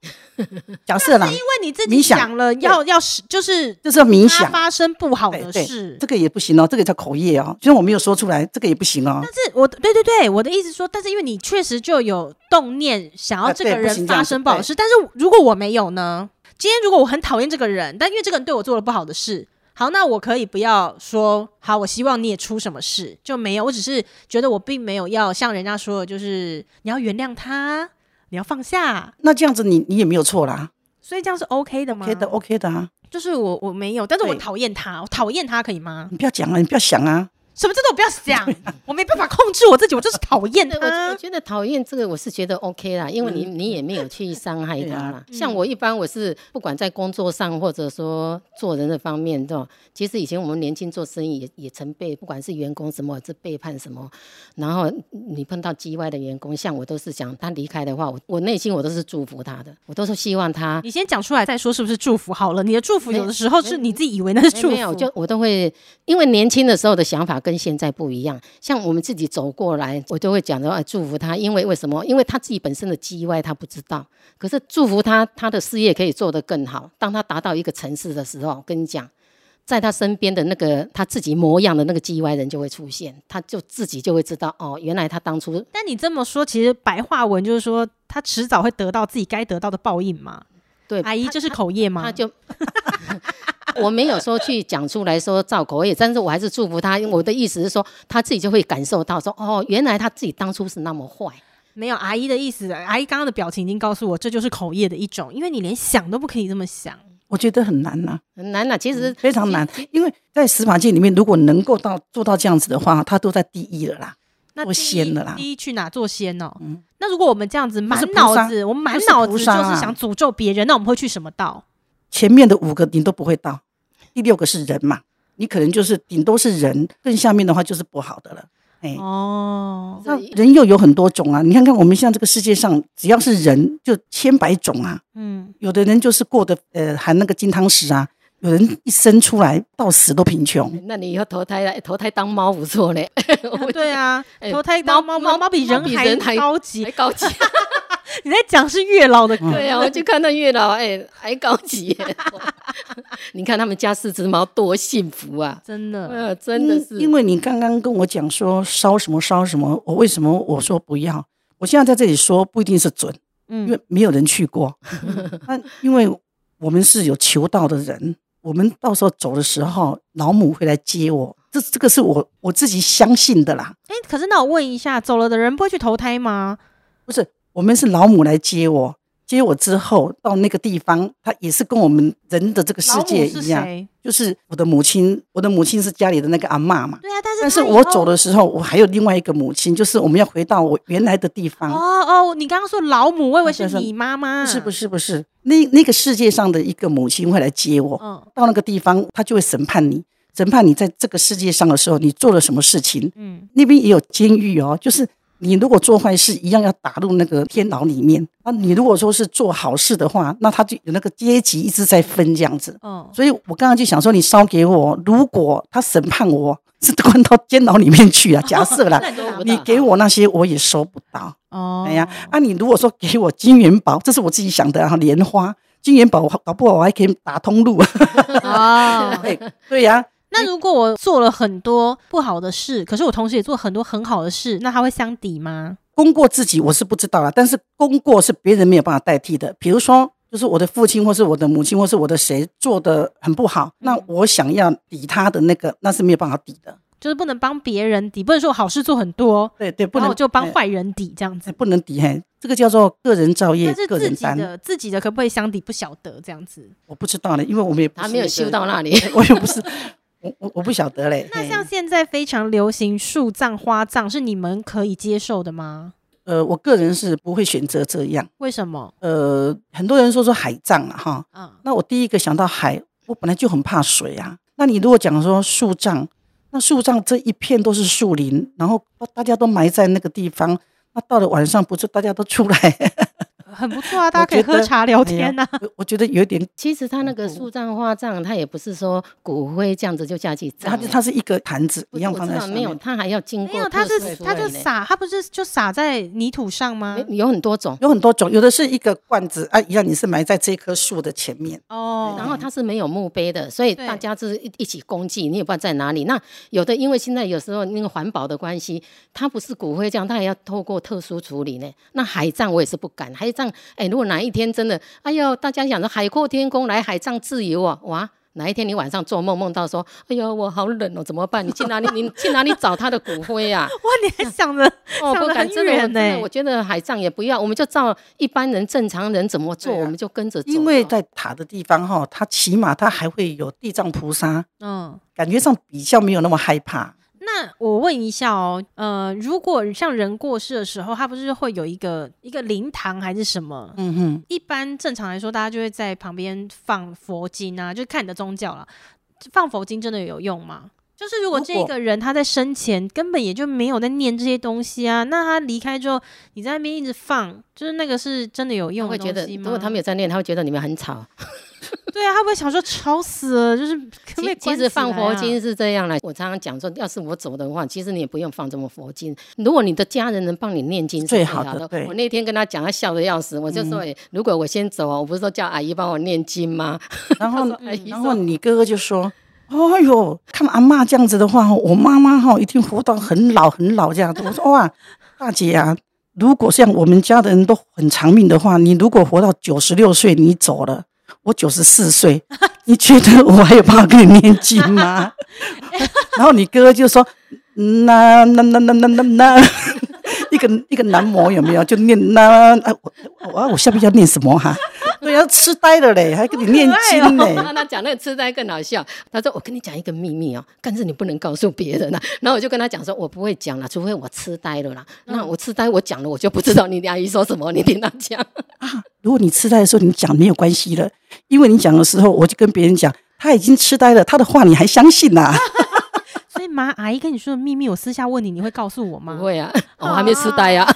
S3: 假设啦，
S1: 因为你自己
S3: 冥想
S1: 想了，要要是就是
S3: 这是冥
S1: 它
S3: 想，
S1: 发生不好
S3: 对
S1: 的
S3: 对
S1: 事
S3: 这。个也不行哦，这个叫口业哦。虽然我没有说出来，这个也不行哦
S1: 但。是我对对对，我的意思说，但是因为你确实就有动念想要
S3: 啊
S1: 这个
S3: 对不
S1: 人
S3: 行这样
S1: 发
S3: 子
S1: 生不好的事，但是如果我没有呢？今天如果我很讨厌这个人，但因为这个人对我做了不好的事，好，那我可以不要说好，我希望你也出什么事就没有，我只是觉得我并没有要像人家说的，就是你要原谅他，你要放下，
S3: 那这样子你你也没有错啦
S1: 所以这样是 OK 的吗哦
S3: ，OK 的 OK 的啊，
S1: 就是我我没有，但是我
S3: 对
S1: 讨厌他，我讨厌他可以吗？
S3: 你不要讲啊，你不要想啊，
S1: 什么叫做我不要想，我没办法控制我自己，我就是讨厌啊
S2: 对，我我
S1: 他。
S2: 觉得讨厌这个我是觉得 OK 啦，因为你、你也没有去伤害
S3: 对
S2: 他
S3: 啊
S2: 啦。像我一般我是不管在工作上或者说做人的方面，对吧？其实以前我们年轻做生意也也曾被不管是员工什么，是背叛什么，然后你碰到 G Y 的员工，像我都是想他离开的话，我我内心我都是祝福他的，我都是希望他
S1: 你先讲出来再说，是不是祝福好了？你的祝福
S2: 没
S1: 有的时候是你自己以为那是
S2: 没
S1: 祝
S2: 哎没有，
S1: 福，
S2: 就我都会，因为年轻的时候的想法跟现在不一样。像我们自己走过来，我就会讲说，哎，祝福他，因为为什么？因为他自己本身的机歪他不知道，可是祝福他，他的事业可以做得更好。当他达到一个层次的时候，跟你讲。在他身边的那个他自己模样的那个 G Y 人就会出现，他就自己就会知道哦，原来他当初
S1: 但你这么说，其实白话文就是说，他迟早会得到自己该得到的报应嘛。
S2: 对
S1: 阿姨，这是口业吗
S2: 他？就 <laughs> 我没有说去讲出来说造口业，但是我还是祝福他。因为我的意思是说，他自己就会感受到说，哦，原来他自己当初是那么坏。
S1: 没有阿姨的意思，阿姨刚刚的表情已经告诉我，这就是口业的一种，因为你连想都不可以这么想。
S3: 我觉得很难呐、
S2: 很难啦，其实
S3: 非常难，因为在司法界里面，如果能够到做到这样子的话，他都在第一了啦，
S1: 那
S3: 做
S1: 第一
S3: 仙了啦
S1: 第一去哪做仙哦？
S3: 嗯
S1: 那如果我们这样子满
S3: 是菩萨
S1: 脑子，我们满
S3: 不是
S1: 脑子
S3: 菩
S1: 就是
S3: 萨啊
S1: 想诅咒别人，那我们会去什么道？
S3: 前面的五个你都不会到，第六个是人嘛，你可能就是顶多是人，更下面的话就是不好的了。哎，
S1: 哦，
S3: 那人又有很多种啊，你看看我们像这个世界上，只要是人就千百种啊。
S1: 嗯，
S3: 有的人就是过得呃含那个金汤匙啊，有人一生出来到死都贫穷。
S2: 那你以后投胎来投胎当猫不错嘞，我
S1: 对啊，
S2: 哎
S1: 投胎当猫猫猫比人
S2: 比
S1: 还嗯
S2: 人还
S1: 高级
S2: <laughs> 还。高级。
S1: 你在讲是月老的歌，
S2: 对啊，我就看到月老，哎、还高级 <laughs> 耶。你看他们家四只猫多幸福啊！
S1: <laughs> 真的，
S2: 呃，真的
S3: 因
S2: 是，
S3: 因为你刚刚跟我讲说烧什么烧什么，我为什么我说不要？我现在在这里说不一定是准，因
S1: 嗯
S3: 为没有人去
S1: <laughs>
S3: 过。那因为我们是有求道的人，我们到时候走的时候，老母会来接我。这这个是我我自己相信的啦，
S1: 哎，可是那我问一下，走了的人不会去投胎吗？
S3: 不是我们是老母来接我，接我之后到那个地方，它也是跟我们人的这个世
S1: 老母
S3: 界
S1: 是
S3: 一样，
S1: 谁
S3: 就是我的母亲，我的母亲是家里的那个阿嬷嘛。
S1: 对啊，但是
S3: 但
S1: 但
S3: 是我走的时候，我还有另外一个母亲，就是我们要回到我原来的地方。
S1: 哦哦，你刚刚说老母，我以为是
S3: 对是
S1: 你妈妈，
S3: 不是不？是不是，那那个世界上的一个母亲会来接我，
S1: 嗯
S3: 到那个地方，他就会审判你，审判你在这个世界上的时候，你做了什么事情。
S1: 嗯，
S3: 那边也有监狱哦，就是你如果做坏事，一样要打入那个天牢里面。那你如果说是做好事的话，那他就有那个阶级一直在分这样子。
S1: 哦，
S3: 所以我刚刚就想说，你烧给我，如果他审判我是关到监牢里面去啊，假设啦，
S1: 那你就拿
S2: 不
S1: <laughs> 不
S2: 到
S3: 你给我那些我也收不到。
S1: 哦，
S3: 哎呀，啊，你如果说给我金元宝，这是我自己想的啊，莲花金元宝，搞不好我还可以打通
S1: <laughs>
S3: 路。 <laughs>
S1: 哦， <laughs>
S3: 对对呀、
S1: 那如果我做了很多不好的事，可是我同时也做很多很好的事，那他会相抵吗？
S3: 功过自己我是不知道啦，但是功过是别人没有办法代替的。比如说，就是我的父亲，或是我的母亲，或是我的谁做的很不好，那
S1: 嗯
S3: 我想要抵他的那个，那是没有办法抵的。
S1: 就是不能帮别人抵，不能说我好事做很多，
S3: 对对，不
S1: 然后
S3: 能
S1: 我就帮
S3: 哎
S1: 坏人抵这样
S3: 哎
S1: 子。
S3: 不能抵嘿，这个叫做个人造业
S1: 但是、
S3: 个
S1: 自
S3: 人
S1: 己
S3: 单，
S1: 的自己的可不可以相抵不晓得这样子？
S3: 我不知道呢，因为我们也不
S2: 他
S3: 是
S2: 没有
S3: 那个
S2: 修到，那里。
S3: <laughs> 我也不是，我我我不晓得嘞。
S1: 那
S3: 嘿
S1: 像现在非常流行树葬、花葬，是你们可以接受的吗？
S3: 呃，我个人是不会选择这样。
S1: 为什么？
S3: 呃，很多人说说海葬啊，哈，
S1: 啊、
S3: 那我第一个想到海，我本来就很怕水啊。那你如果讲说树葬，那树葬这一片都是树林，然后大家都埋在那个地方，那到了晚上不是大家都出来 <laughs>
S1: 很不错啊，大家可以
S3: 我觉得哎
S1: 喝茶聊天啊呐、
S3: 我？我觉得有点，
S2: 其实他那
S3: 嗯
S2: 个树葬、花葬，他也不是说骨灰这样子就下去葬
S3: 它
S2: 了，
S3: 就它是一个坛子
S2: 不
S3: 一
S2: 是
S3: 样
S2: 我
S3: 放
S2: 知
S3: 在
S2: 道
S3: 上
S2: 没有，
S3: 面，
S2: 他还要经
S1: <laughs> 没
S2: 过
S1: 有，他
S2: 特殊
S1: 是
S2: 处
S1: 他就
S2: 理嘞
S1: 撒，他不是就撒在泥土上吗？
S2: 有很多种，
S3: 有很多种，有的是一个罐子啊，一样你是埋在这棵树的前面。
S1: 哦，
S2: 然后它是没有墓碑的，所以
S1: 对
S2: 大家就是一一起公祭，你也不知道在哪里。那有的因为现在有时候那个环保的关系，它不是骨灰这样，它也要透过特殊处理呢。那海葬我也是不敢，海葬，哎，如果哪一天真的，哎呦，大家想着海阔天空来海葬自由啊，哇！哪一天你晚上做梦梦到说，哎呦，我好冷哦，怎么办？你去哪里？你 <laughs> 去哪里找他的骨
S1: <laughs>
S2: 灰啊？
S1: 哇，你还想着
S2: 哦，
S1: 想
S2: 不
S1: 得
S2: 敢，
S1: 很
S2: 真的，我
S1: 远
S2: 真的，
S1: 呢
S2: 我觉得海葬也不要，我们就照一般人、正常人怎么做，
S3: 对啊
S2: 我们就跟着走。
S3: 因为在塔的地方哈，它起码它还会有地藏菩萨，
S1: 嗯。
S3: 感觉上比较没有那么害怕。
S1: 那我问一下哦，呃，如果像人过世的时候，他不是会有一个一个灵堂还是什么？
S3: 嗯哼，
S1: 一般正常来说，大家就会在旁边放佛经啊，就看你的宗教啦。放佛经真的有用吗？就是如果
S3: 如
S1: 这
S3: 果
S1: 个人他在生前根本也就没有在念这些东西啊，那他离开之后，你在那边一直放，就是那个是真的有
S2: 他
S1: 用的
S2: 会觉
S1: 东
S2: 得，
S1: 西
S2: 如
S1: 吗？
S2: 果他们有在念，他会觉得你们很
S1: <laughs>
S2: 吵。
S1: 对啊，他不会想说吵死了，就是可不可以
S2: 其
S1: 关
S2: 其
S1: 起来
S2: 实
S1: 啊
S2: 放佛经是这样啦，我常常讲说，要是我走的话，其实你也不用放这么佛经。如果你的家人能帮你念经是
S3: 最
S2: 好
S3: 好的对
S2: 我那天跟他讲，他笑得要死，我就
S1: 嗯
S2: 说，哎、如果我先走啊，我不是说叫阿姨帮我念经吗？
S3: 然后
S1: 嗯
S2: 阿姨
S3: 然后
S2: <laughs> 说，
S3: 你哥哥就说：“哎呦，看阿嬷这样子的话，我妈妈哈一定活到很老很老这样子。”我说：“哇，大姐啊，如果像我们家的人都很长命的话，你如果活到九十六岁你走了，我九十四岁，你觉得我还有办法跟你念经吗？”然后你哥哥就说：“那那那那那那那。”一个一个男模有没有就念那啊我我我下面要念什么哈、对啊，痴呆了嘞，还跟你念经呢、
S2: 那他讲那个痴呆更好笑。他说：“我跟你讲一个秘密哦，但是你不能告诉别人啊。”然后我就跟他讲说：“我不会讲了，除非我痴呆了啦。那
S1: 嗯
S2: 我痴呆，我讲了，我就不知道你的阿姨说什么，你听他讲。
S1: 嗯
S3: 如果你痴呆的时候你讲没有关系了，因啊为你讲的时候，我就跟别人讲，他已经痴呆了，他的话你还相信呐、
S1: 所以妈，阿姨跟你说的秘密，我私下问你，你会告诉我吗
S2: 不？会啊，
S1: 哦
S2: 我还没痴呆啊，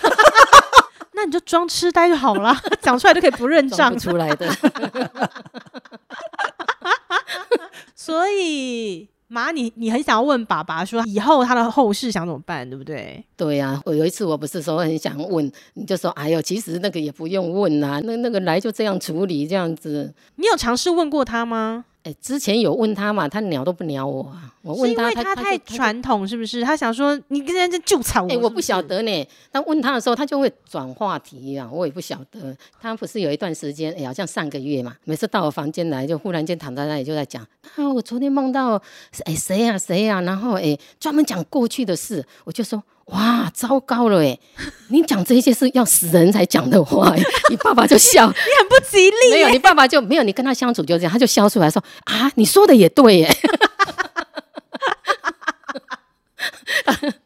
S1: 那你就装痴呆就好了， <laughs> 讲出来就可以不认
S2: 装
S1: 账
S2: 不。出来
S1: <laughs>
S2: 的。 <laughs>
S1: 所以妈，你你很想要问爸爸说以后他的后事想怎么办，对不对？
S2: 对呀、我有一次我不是说很想问，你就说哎呦，其实那个也不用问啦、那那个来就这样处理这样子。
S1: 你有尝试问过他吗？
S2: 哎，之前有问他嘛，他鸟都不鸟我啊。我
S1: 是
S2: 问
S1: 因
S2: 他，
S1: 为
S2: 他
S1: 太
S2: 就。
S1: 传统，是不是？他想说你跟人家就吵我
S2: 哎、
S1: 哦是是，
S2: 我不晓得呢。但问他的时候，他就会转话题啊，我也不晓得。他不是有一段时间，哎、好像上个月嘛，每次到我房间来，就忽然间躺在那里就在讲啊，我昨天梦到哎谁呀谁呀，然后哎、专门讲过去的事，我就说。哇，糟糕了哎！你讲这些是要死人才讲的话哎，你爸爸就笑，
S1: 你 <laughs> 很不吉利。
S2: 没有，你爸爸就没有，你跟他相处就这样，他就笑出来说啊，你说的也对耶。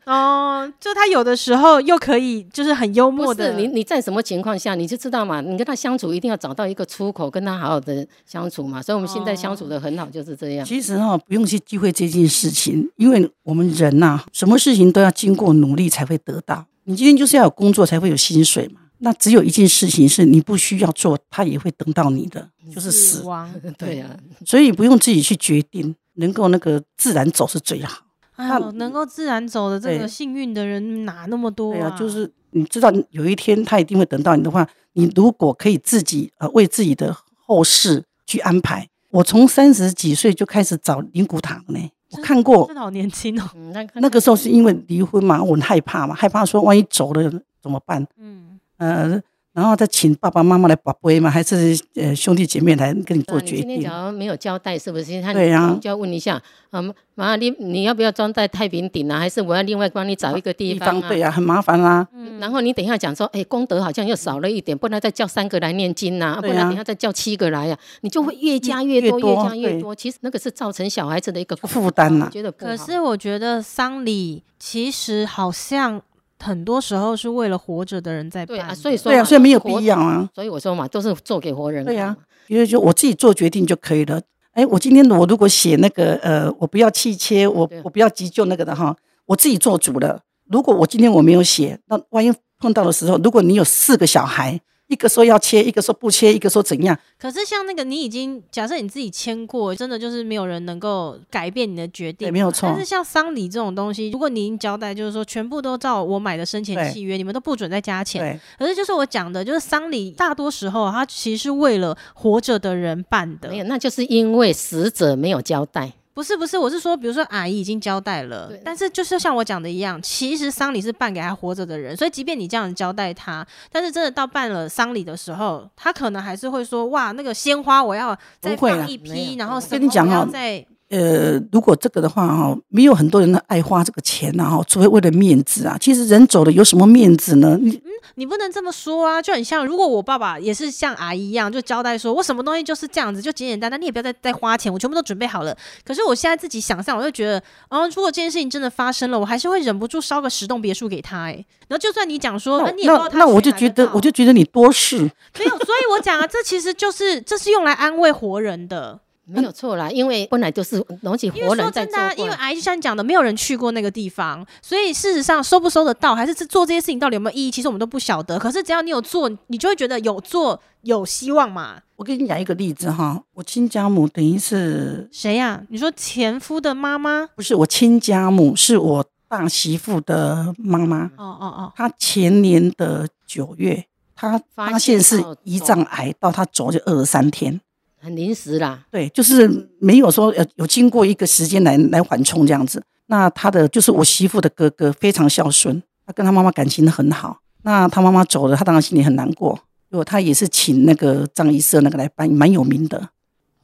S1: 哦，就他有的时候又可以就是很幽默
S2: 不
S1: 的，
S2: 是你，你在什么情况下，你就知道嘛。你跟他相处，一定要找到一个出口，跟他好好的相处嘛。所以我们现在相处的很好，就是这样。
S3: 哦其实哈、不用去忌讳这件事情，因为我们人呐、什么事情都要经过努力才会得到。你今天就是要有工作才会有薪水嘛。那只有一件事情是你不需要做，他也会等到你的，就是
S1: 死
S3: 死。
S2: <laughs>
S1: 亡。
S2: 对啊呀、
S3: 所以不用自己去决定，能够那个自然走是最好。
S1: 哎
S3: 那
S1: 呦，能够自然走的这
S3: 对
S1: 个幸运的人哪那么多、
S2: 哎
S3: 对啊，就是你知道有一天他一定会等到你的话，你如果可以自己呃为自己的后事去安排。我从三十几岁就开始找灵骨塔呢，我看过
S1: 真的好年轻
S2: <laughs>
S1: 哦。
S2: 嗯，那
S3: 那个时候是因为离婚嘛，我很害怕嘛，害怕说万一走了怎么办？
S1: 嗯，
S3: 呃，然后再请爸爸妈妈来把杯嘛，还是呃兄弟姐妹来跟你
S2: 对啊
S3: 做决
S2: 你今天
S3: 定？
S2: 假如没有交代，是不是？他
S3: 对啊
S2: 就要问一下，嗯，妈，你你要不要装在太平顶啊？还是我要另外帮你找一个地方啊？
S3: 对啊，很麻烦啦、
S2: 嗯然后你等一下讲说，哎，功德好像又少了一点，不然再叫三个来念经呐、不
S3: 对啊
S2: 然等一下再叫七个来呀、啊你就会越加越多，
S3: 越多
S2: 越加越
S3: 对
S2: 多。其实那个是造成小孩子的一个
S3: 负担啊呐
S2: 我觉得不好
S1: 可是我觉得丧礼其实好像很多时候是为了活着的人在办
S2: 对
S1: 的。
S2: 啊，所以说
S3: 对啊，
S2: 嘛
S3: 所以没有必
S2: 活
S3: 要啊。
S2: 所以我说嘛，都是做给活人看
S3: 对呀
S2: 嘛。
S3: 因为就我自己做决定就可以了。哎，我今天我如果写那个呃，我不要气切，我
S2: 对
S3: 我不要急救那个的哈，我自己做主了。如果我今天我没有写，那万一碰到的时候，如果你有四个小孩，一个说要切，一个说不切，一个说怎样，
S1: 可是像那个你已经假设你自己签过，真的就是没有人能够改变你的决定
S3: 对，
S1: 嘛。
S3: 哎没有错
S1: 但。是像丧礼这种东西，如果你已经交代，就是说全部都照我买的生前
S3: 对
S1: 契约，你们都不准再加钱。
S3: 对
S1: 可是就是我讲的，就是丧礼大多时候啊它其实是为了活着的人办的
S2: 没。有，那就是因为死者没有交代。
S1: 不是不是，我是说，比如说阿姨已经交代了
S2: 对，
S1: 但是就是像我讲的一样，其实丧礼是办给还活着的人，所以即便你这样交代他，但是真的到办了丧礼的时候，他可能还是会说：“哇，那个鲜花我要再
S3: 不会啦
S1: 放一
S2: 没
S1: 批，
S2: 有
S1: 然后
S2: 我
S1: 什
S3: 跟
S1: 么
S3: 你讲
S1: 我要
S3: 哦
S1: 再
S3: 呃，如果这个的话哈，没有很多人爱花这个钱呐、啊、哈，除非为了面子啊。其实人走了有什么面子呢？你
S1: 你不能这么说啊，就很像如果我爸爸也是像阿姨一样，就交代说我什么东西就是这样子，就简简单单，你也不要再再花钱，我全部都准备好了。可是我现在自己想象，我就觉得，哦，如果这件事情真的发生了，我还是会忍不住烧个十栋别墅给他、欸。哎，然后就算你讲说，
S3: 那
S1: 啊你也不知道
S3: 那
S1: 他
S3: 那我
S1: 谁
S3: 就
S1: 拿
S3: 觉得
S1: 到
S3: 我就觉得你多事，
S1: 没有，所以我讲啊，这其实就是这是用来安慰活人的。
S2: 没有错啦，因为本来就是拢起
S1: 因
S2: 活
S1: 为说
S2: 人在
S1: 真
S2: 做
S1: 的、啊，因为阿姨就像你讲的，没有人去过那个地方，所以事实上收不收得到，还是这做这些事情到底有没有意义，其实我们都不晓得。可是只要你有做，你就会觉得有做有希望嘛。
S3: 我跟你讲一个例子哈，我亲家母等于是
S1: 谁呀、你说前夫的妈妈？
S3: 不是我亲家母是我大媳妇的妈妈，
S1: 哦哦哦，
S3: 她前年的九月，她
S2: 发
S3: 发现
S2: 现
S3: 是
S2: 到
S3: 胰
S2: 走
S3: 脏癌，到她走就二十三天，
S2: 很临时啦，
S3: 对，就是没有说呃有经过一个时间来来缓冲这样子。那她的就是我媳妇的哥哥非常孝顺，他跟他妈妈感情很好。那他妈妈走了，他当然心里很难过。如果他也是请那个张医生那个来办，蛮有名的，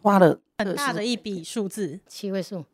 S3: 花了
S1: 很大
S3: 20
S1: 的一笔数字，
S2: 七位数。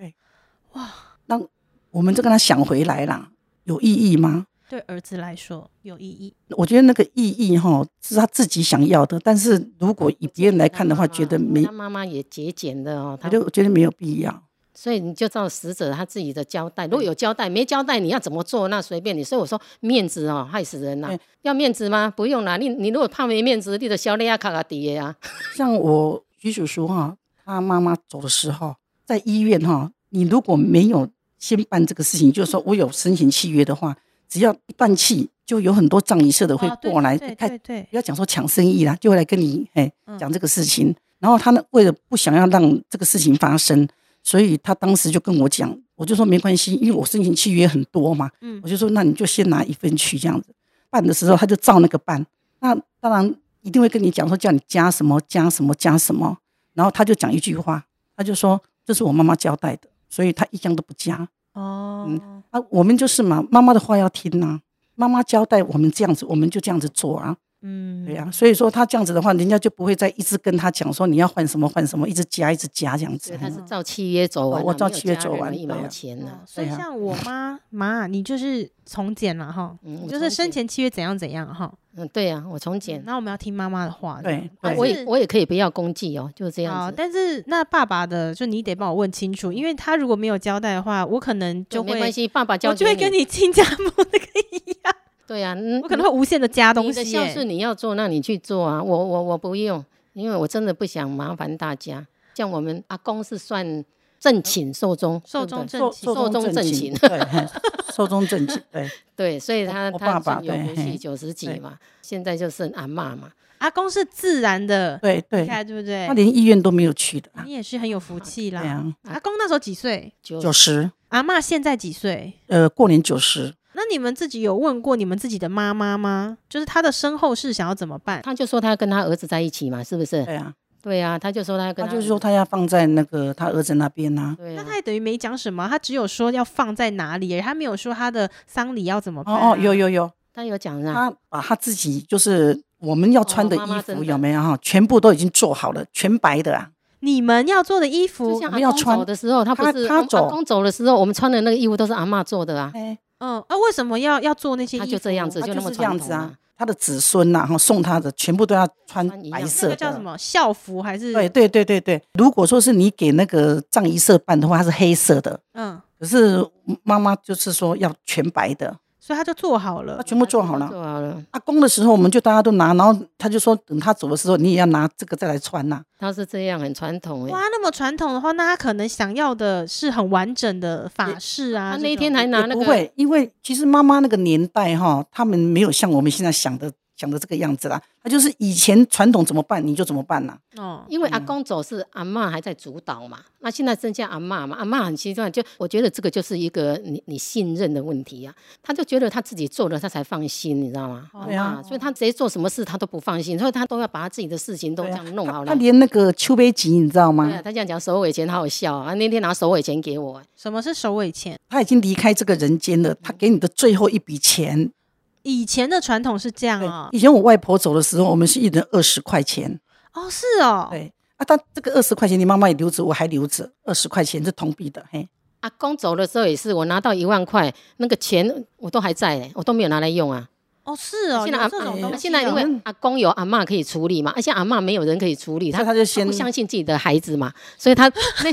S3: 我们就跟他想回来啦，有意义吗？
S1: 对儿子来说有意义。
S3: 我觉得那个意义哈是他自己想要的，但是如果以别人来看的话，觉得没
S2: 他，妈妈也节俭的哦，
S3: 觉
S2: 他
S3: 得我觉得没有必要。
S2: 所以你就照死者他自己的交代，如果有交代，没交代你要怎么做那随便你。所以我说面子哦，害死人啦、
S3: 对
S2: 要面子吗？不用啦，你你如果怕没面子，你的小利亚卡卡底耶啊，
S3: 像我徐叔叔哈，他妈妈走的时候，在医院哈，你如果没有先办这个事情，就是说我有申请契约的话，只要一办契，就有很多葬仪社的会
S1: 哇啊对
S3: 过来
S1: 哦对
S3: 看
S1: 对对，
S3: 不要讲说抢生意啦，就会来跟你哎
S1: 嗯
S3: 讲这个事情。然后他呢，为了不想要让这个事情发生，所以他当时就跟我讲，我就说没关系，因为我申请契约很多嘛，
S1: 嗯
S3: 我就说那你就先拿一份去这样子。办的时候他就照那个办，那当然一定会跟你讲说叫你加什么加什么加什么，然后他就讲一句话，他就说这是我妈妈交代的，所以他一样都不加。
S1: 哦，
S3: 啊，我们就是嘛，妈妈的话要听呐、妈妈交代我们这样子，我们就这样子做啊。
S1: 嗯，
S3: 对呀、所以说他这样子的话，人家就不会再一直跟他讲说你要换什么换什么，一直加一直加这样
S2: 所
S3: 子嗯
S2: 以。他是照契约走完啊，
S3: 哦我照
S2: 没有
S3: 契约
S2: 加
S3: 走
S2: 任何
S3: 完
S2: 一
S3: 对啊
S2: 毛钱
S1: 哦
S2: 呢。
S1: 所以
S3: 对啊
S1: 像我妈妈，你就是从简了哈，
S2: 嗯
S1: 你
S2: 我
S1: 就是
S2: 从
S1: 生
S2: 简
S1: 前契约怎样怎样哈。
S2: 嗯，对呀，我从简，
S1: 那我们要听妈妈的话。这样
S3: 对
S2: 啊
S1: 但
S3: 对
S2: 我
S1: 是
S2: 也我也可以不要公祭哦，就这样
S1: 好，
S2: 子。
S1: 但是那爸爸的，就你得帮我问清楚，因为他如果没有交代的话，我可能
S2: 就
S1: 就
S2: 没
S1: 会，
S2: 关系，爸爸
S1: 我
S2: 教
S1: 就会
S2: 给
S1: 跟。你亲家母那个一样，
S2: 对呀，
S1: 我
S2: 我
S1: 可能会无限的加东
S2: 你的
S1: 西
S2: 孝
S1: 耶。
S2: 顺你要做，那你去做啊。我我我不用，因为我真的不想麻烦大家。像我们阿公是算正寝寿终，
S1: 寿
S2: 对不
S1: 终
S2: 对
S1: 正
S3: 寿
S1: 寝
S3: 寿
S2: 寿终
S3: 终
S2: 正
S3: 正
S2: 寝
S3: 寝，对，嘿寿终正寝，对，
S2: 对，所以他
S3: 我我
S2: 他
S3: 爸爸
S2: 有
S3: 对
S2: 福气
S3: 嘿
S2: 九十几
S3: 对
S2: 嘛，现在就剩阿嬷嘛。
S1: 阿公是自然的
S3: 对
S1: 离
S2: <laughs>
S3: 对，
S1: 开，对不对
S3: 他？连医院都没有去的啊，
S1: 你也是很有福气
S3: 对
S1: 啦。
S3: 啊，
S1: 阿公那时候几岁？
S2: 就
S3: 九十，
S1: 阿嬷现在几岁？
S3: 呃，过年九十，
S1: 那你们自己有问过你们自己的妈妈吗？就是她的身后事想要怎么办？
S2: 他就说他跟他儿子在一起嘛，是不是？
S3: 对啊，
S2: 对啊，他就说他跟
S3: 他
S2: 他
S3: 就是说他要放在那个他儿子那边呐，
S2: 对
S1: 那
S2: 啊，
S1: 他也等于没讲什么，他只有说要放在哪里而已，他没有说他的丧礼要怎么办啊、
S3: 哦哦，有有有，
S2: 他有讲啊，
S3: 他把他自己就是我们要穿的
S2: 哦妈妈
S3: 衣
S2: 真的
S3: 服有没有哈，全部都已经做好了，全白的啊，
S1: 你们要做的衣
S2: 就
S1: 服，
S2: 像
S3: 我们
S2: 阿
S3: 要
S2: 公
S3: 穿
S2: 走的时候，他不
S3: 他
S2: 是
S3: 他
S2: 阿公
S3: 走
S2: 阿公走的时候，我们穿的那个衣服都是阿嬷做的啊，
S3: 哎，
S1: 嗯啊，为什么要要做那些衣
S2: 他
S1: 服？
S2: 就这样子，
S3: 他
S2: 那么
S3: 是这样
S2: 传统
S3: 子啊。。他的子孙呐，哈，送他的全部都要穿
S2: 穿一样
S3: 白
S2: 那个
S1: 那
S3: 色
S1: 个
S3: 的，
S1: 叫什么校服还是？
S3: 对，对对对对，如果说是你给那个藏衣社办的话，它是黑色的，
S1: 嗯，
S3: 可是妈妈就是说要全白的，
S1: 所以他就做好了
S3: 她。全部做
S2: 他
S3: 好了。
S2: 做好了，
S3: 阿公的时候，我们就大家都拿，然后他就说，等他走的时候，你也要拿这个再来穿呐、
S2: 他是这样很传统
S1: 哇
S2: 哎。，
S1: 那么传统的话，那他可能想要的是很完整的法式啊。
S2: 他
S1: 这
S2: 那一
S1: 种
S2: 天还拿
S3: 也
S2: 那
S3: 不
S2: 个，
S3: 会，因为其实妈妈那个年代哈，他们没有像我们现在想的想的这个样子啦，他就是以前传统怎么办你就怎么办呐、
S1: 哦，
S2: 因为
S3: 嗯
S2: 阿公走是阿嬷还在主导嘛，那现在剩下阿嬷嘛，阿嬷很习惯，就我觉得这个就是一个你你信任的问题啊，他就觉得他自己做了他才放心，你知道吗？
S3: 对啊
S2: 啊，所以他谁做什么事他都不放心，所以他都要把他自己的事情都这
S3: 对啊
S2: 样弄好了
S3: 他。连那个秋杯集你知道
S2: 对啊，
S3: 吗？
S2: 他这样讲手尾钱好好笑啊！那天拿手尾钱给我，啊
S1: 什么是首尾钱？
S3: 他已经离开这个人间了，他给你的最后一笔钱。
S1: 以前的传统是这
S2: 嗯
S1: 样
S3: 对
S1: 啊、，
S3: 以前我外婆走的时候，我们是一人二十块钱。
S1: 哦，是哦，
S3: 对啊，但这个二十块钱你妈妈也留着，我还留着二十块钱是铜币的，嘿，
S2: 阿公走的时候也是，我拿到一万块，那个钱我都还在嘞，我都没有拿来用啊。
S1: 哦是哦，
S2: 现在
S1: 有
S2: 阿
S1: 这种
S3: 哎
S1: 东西哦。
S2: 现在因为阿公有阿嬷可以处理嘛，而且阿嬷没有人可以处理，
S3: 所
S2: 他
S3: 以他就
S2: 他
S3: 先
S2: 不相信自己的孩子嘛，所以他那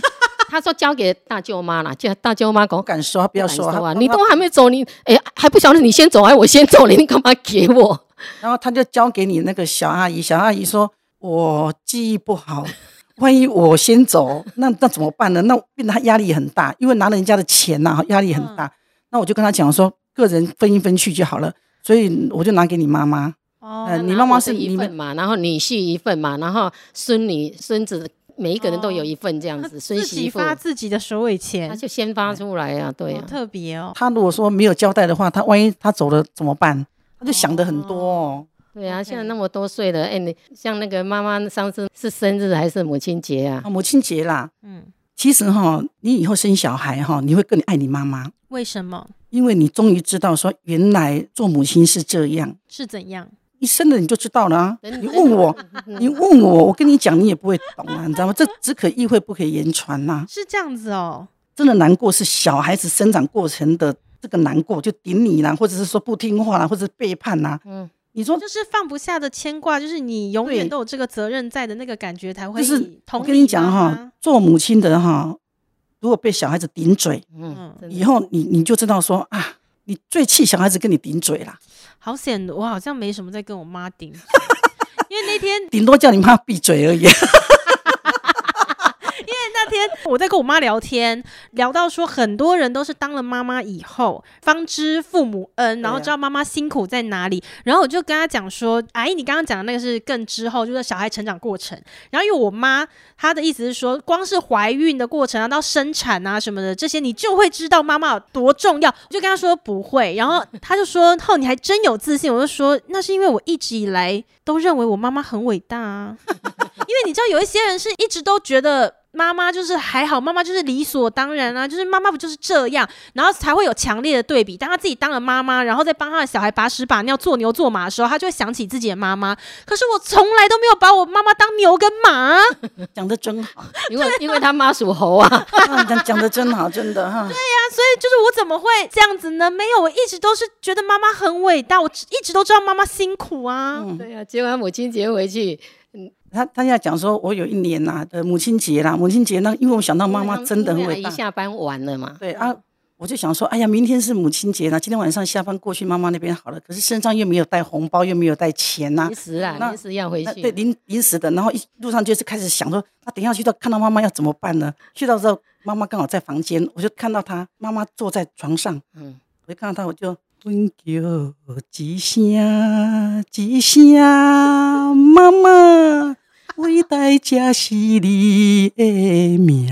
S2: 他说交给大舅妈啦，就大舅妈
S3: 不
S2: 讲。
S3: 敢说，他不要说
S2: 说啊！
S3: 他
S2: 你
S3: 他
S2: 都还没走，你哎、还不晓得你先走，哎，我先走了，你干嘛给我？
S3: 然后他就交给你那个小阿姨，小阿姨说：“我记忆不好， <laughs> 万一我先走，那那怎么办呢？那变得他压力很大，因为拿了人家的钱呐、压力很大。那我就跟他讲说，个人分一分去就好了。所以我就拿给你妈妈，
S1: 哦，
S3: 呃，你妈妈是
S2: 拿我的一
S3: 你
S2: 份
S3: 们
S2: 嘛，然后女婿一份嘛，然后孙女孙子每一个人都有一份这样子，孙
S1: 哦自己
S2: 媳妇
S1: 发自己的首尾
S2: 他
S1: 钱，
S2: 就先发出来啊，对
S1: 好
S2: 啊，
S1: 特别哦。
S3: 他如果说没有交代的话，他万一他走了怎么办？他就想的很多、哦。
S2: 对啊，现在
S1: OK
S2: 那么多岁了，哎，你像那个妈妈上次是生日还是母亲节啊
S3: 啊，？母亲节啦，
S1: 嗯，
S3: 其实哈、你以后生小孩哈、你会更爱你妈妈，
S1: 为什么
S3: 因为你终于知道说原来做母亲是这样，
S1: 是怎样？
S3: 一生了你就知道了、啊。
S2: 真
S3: 你问我，
S2: 嗯
S3: <laughs> 你问我，我跟你讲，你也不会懂啊，你知道吗？这只可意会不可言传呐、
S1: 是这样子哦。
S3: 真的难过是小孩子生长过程的这个难过，就顶你啦，或者是说不听话啦，或者是背叛啦。
S2: 嗯，
S3: 你说
S1: 就是放不下的牵挂，就是你永远
S3: 哦对
S1: 都有这个责任在的那个感觉才会。
S3: 就是我
S1: 同
S3: 跟你
S1: 理
S3: 讲
S1: 妈
S3: 哈
S1: 妈，，
S3: 做母亲的哈，如果被小孩子顶嘴，
S2: 嗯
S1: 嗯，
S2: 真的
S3: 以后你你就知道说啊，你最气小孩子跟你顶嘴啦，
S1: 好险，我好像没什么在跟我妈顶嘴， <laughs> 因为那天
S3: 顶多叫你妈闭嘴而已。
S1: 那天天我在跟我妈聊天，聊到说很多人都是当了妈妈以后方知父母恩，然后知道妈妈辛苦在哪里。然后我就跟她讲说，阿姨，你刚刚讲的那个是更之后，就是小孩成长过程。然后因为我妈她的哎意思是说，光是怀孕的过程啊，到生产啊什么的这些，你就会知道妈妈有多重要。我就跟她说不会，然后她就说，哦，你还真有自信。我就说，那是因为我一直以来都认为我妈妈很伟大啊。因为你知道有一些人是一直都觉得妈妈就是还好，妈妈就是理所当然啊，就是妈妈不就是这样，然后才会有强烈的对比。当他自己当了妈妈，然后再帮他的小孩把屎把尿、做牛做马的时候，他就会想起自己的妈妈。可是我从来都没有把我妈妈当牛跟马啊，
S3: <laughs> 讲的真好，
S2: 因为因为他妈属猴
S3: <laughs>
S2: 啊，
S3: 啊讲讲的真好，真的哈。
S1: 所以就是我怎么会这样子呢？没有，我一直都是觉得妈妈很伟大，我一直都知道妈妈辛苦啊。
S2: 对啊，结完母亲节回去，
S3: 他他要讲说，我有一年呐、呃，母亲节啦，母亲节那，因为我想到妈妈真的很伟
S2: 因为
S3: 大
S2: 阿姨，下班晚了嘛，
S3: 对啊，我就想说，哎呀，明天是母亲节啦，今天晚上下班过去妈妈那边好了。可是身上又没有带红包，又没有带钱呐、
S2: 临时啊，
S3: 那
S2: 临时要回
S3: 那
S2: 去，
S3: 对临临时的，然后一路上就是开始想说，那等一下去到看到妈妈要怎么办呢？去到之后，妈妈刚好在房间，我就看到她妈妈坐在床上，
S2: 嗯，
S3: 我就看到她，我就阮叫一声一声，妈妈，伟大才是你的名。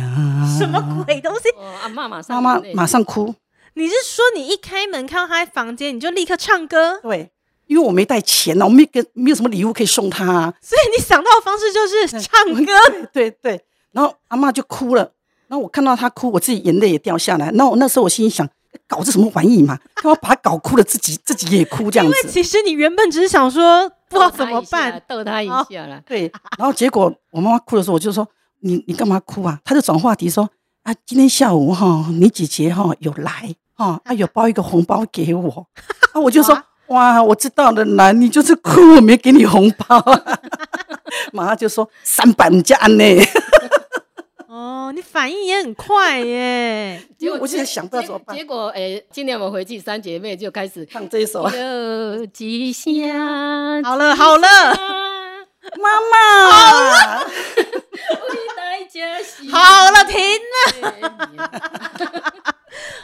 S1: 什么鬼东西？
S2: 哦，阿妈马上
S3: 妈妈
S2: 流泪
S3: 马上哭，
S1: 你是说你一开门看到他在房间，你就立刻唱歌？
S3: <laughs> 对，因为我没带钱啊呐、我没给没有什么礼物可以送她、啊， <laughs>
S1: 所以你想到的方式就是唱歌。
S3: 对对，然后阿妈就哭了，然后我看到她哭，我自己眼泪也掉下来。那我那时候我心里想，搞这什么玩意嘛，干嘛把她搞哭了，自己自己也哭这样
S1: 因为 <laughs>
S3: 子。
S1: 其实你原本只是想说不知道
S2: 逗
S1: 怎
S2: 她
S1: 么
S2: 一下
S1: 办，
S2: 逗他一
S3: 啊
S1: 哦
S2: 下啦。
S3: 对，然后结果我妈妈哭的时候，我就说你你干嘛哭啊？她就转话题说啊，今天下午哈、你姐姐哈、有来哈、啊有包一个红包给我，啊我就说哇，我知道了啦，你就是哭，我没给你红包、 <laughs> 啊。马上就说三百人家呢， <laughs>
S1: 哦，你反应也很快
S2: <laughs>
S1: 耶。
S3: 因为我现在想不到
S2: 结
S3: 怎么办
S2: 结果诶，今年我们回去三姐妹就开
S3: <laughs>
S2: 始
S3: 唱这一首。
S2: 有几下，
S1: 好了
S2: <laughs>
S1: 哦好了
S3: 妈妈，
S2: 大家喜
S1: 好了，停了。
S3: 啊
S2: 了，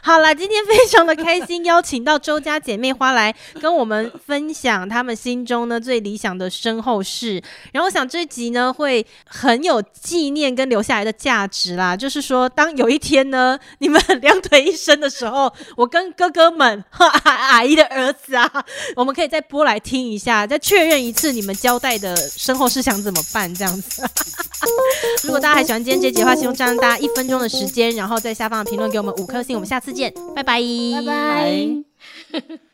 S1: 好了，今天非常的开心，邀请到周家姐妹花来跟我们分享她们心中呢最理想的身后事。然后我想这集呢会很有纪念跟留下来的价值啦。就是说，当有一天呢你们两腿一伸的时候，我跟哥哥们、哈阿阿姨的儿子啊，我们可以再播来听一下，再确认一次你们交代的身后事想怎么办这样子。 <laughs> 如果大家还喜欢今天这集的话，希望占用大家一分钟的时间，然后在下方的评论给我们五颗星。我们下次见，拜拜，
S2: 拜拜。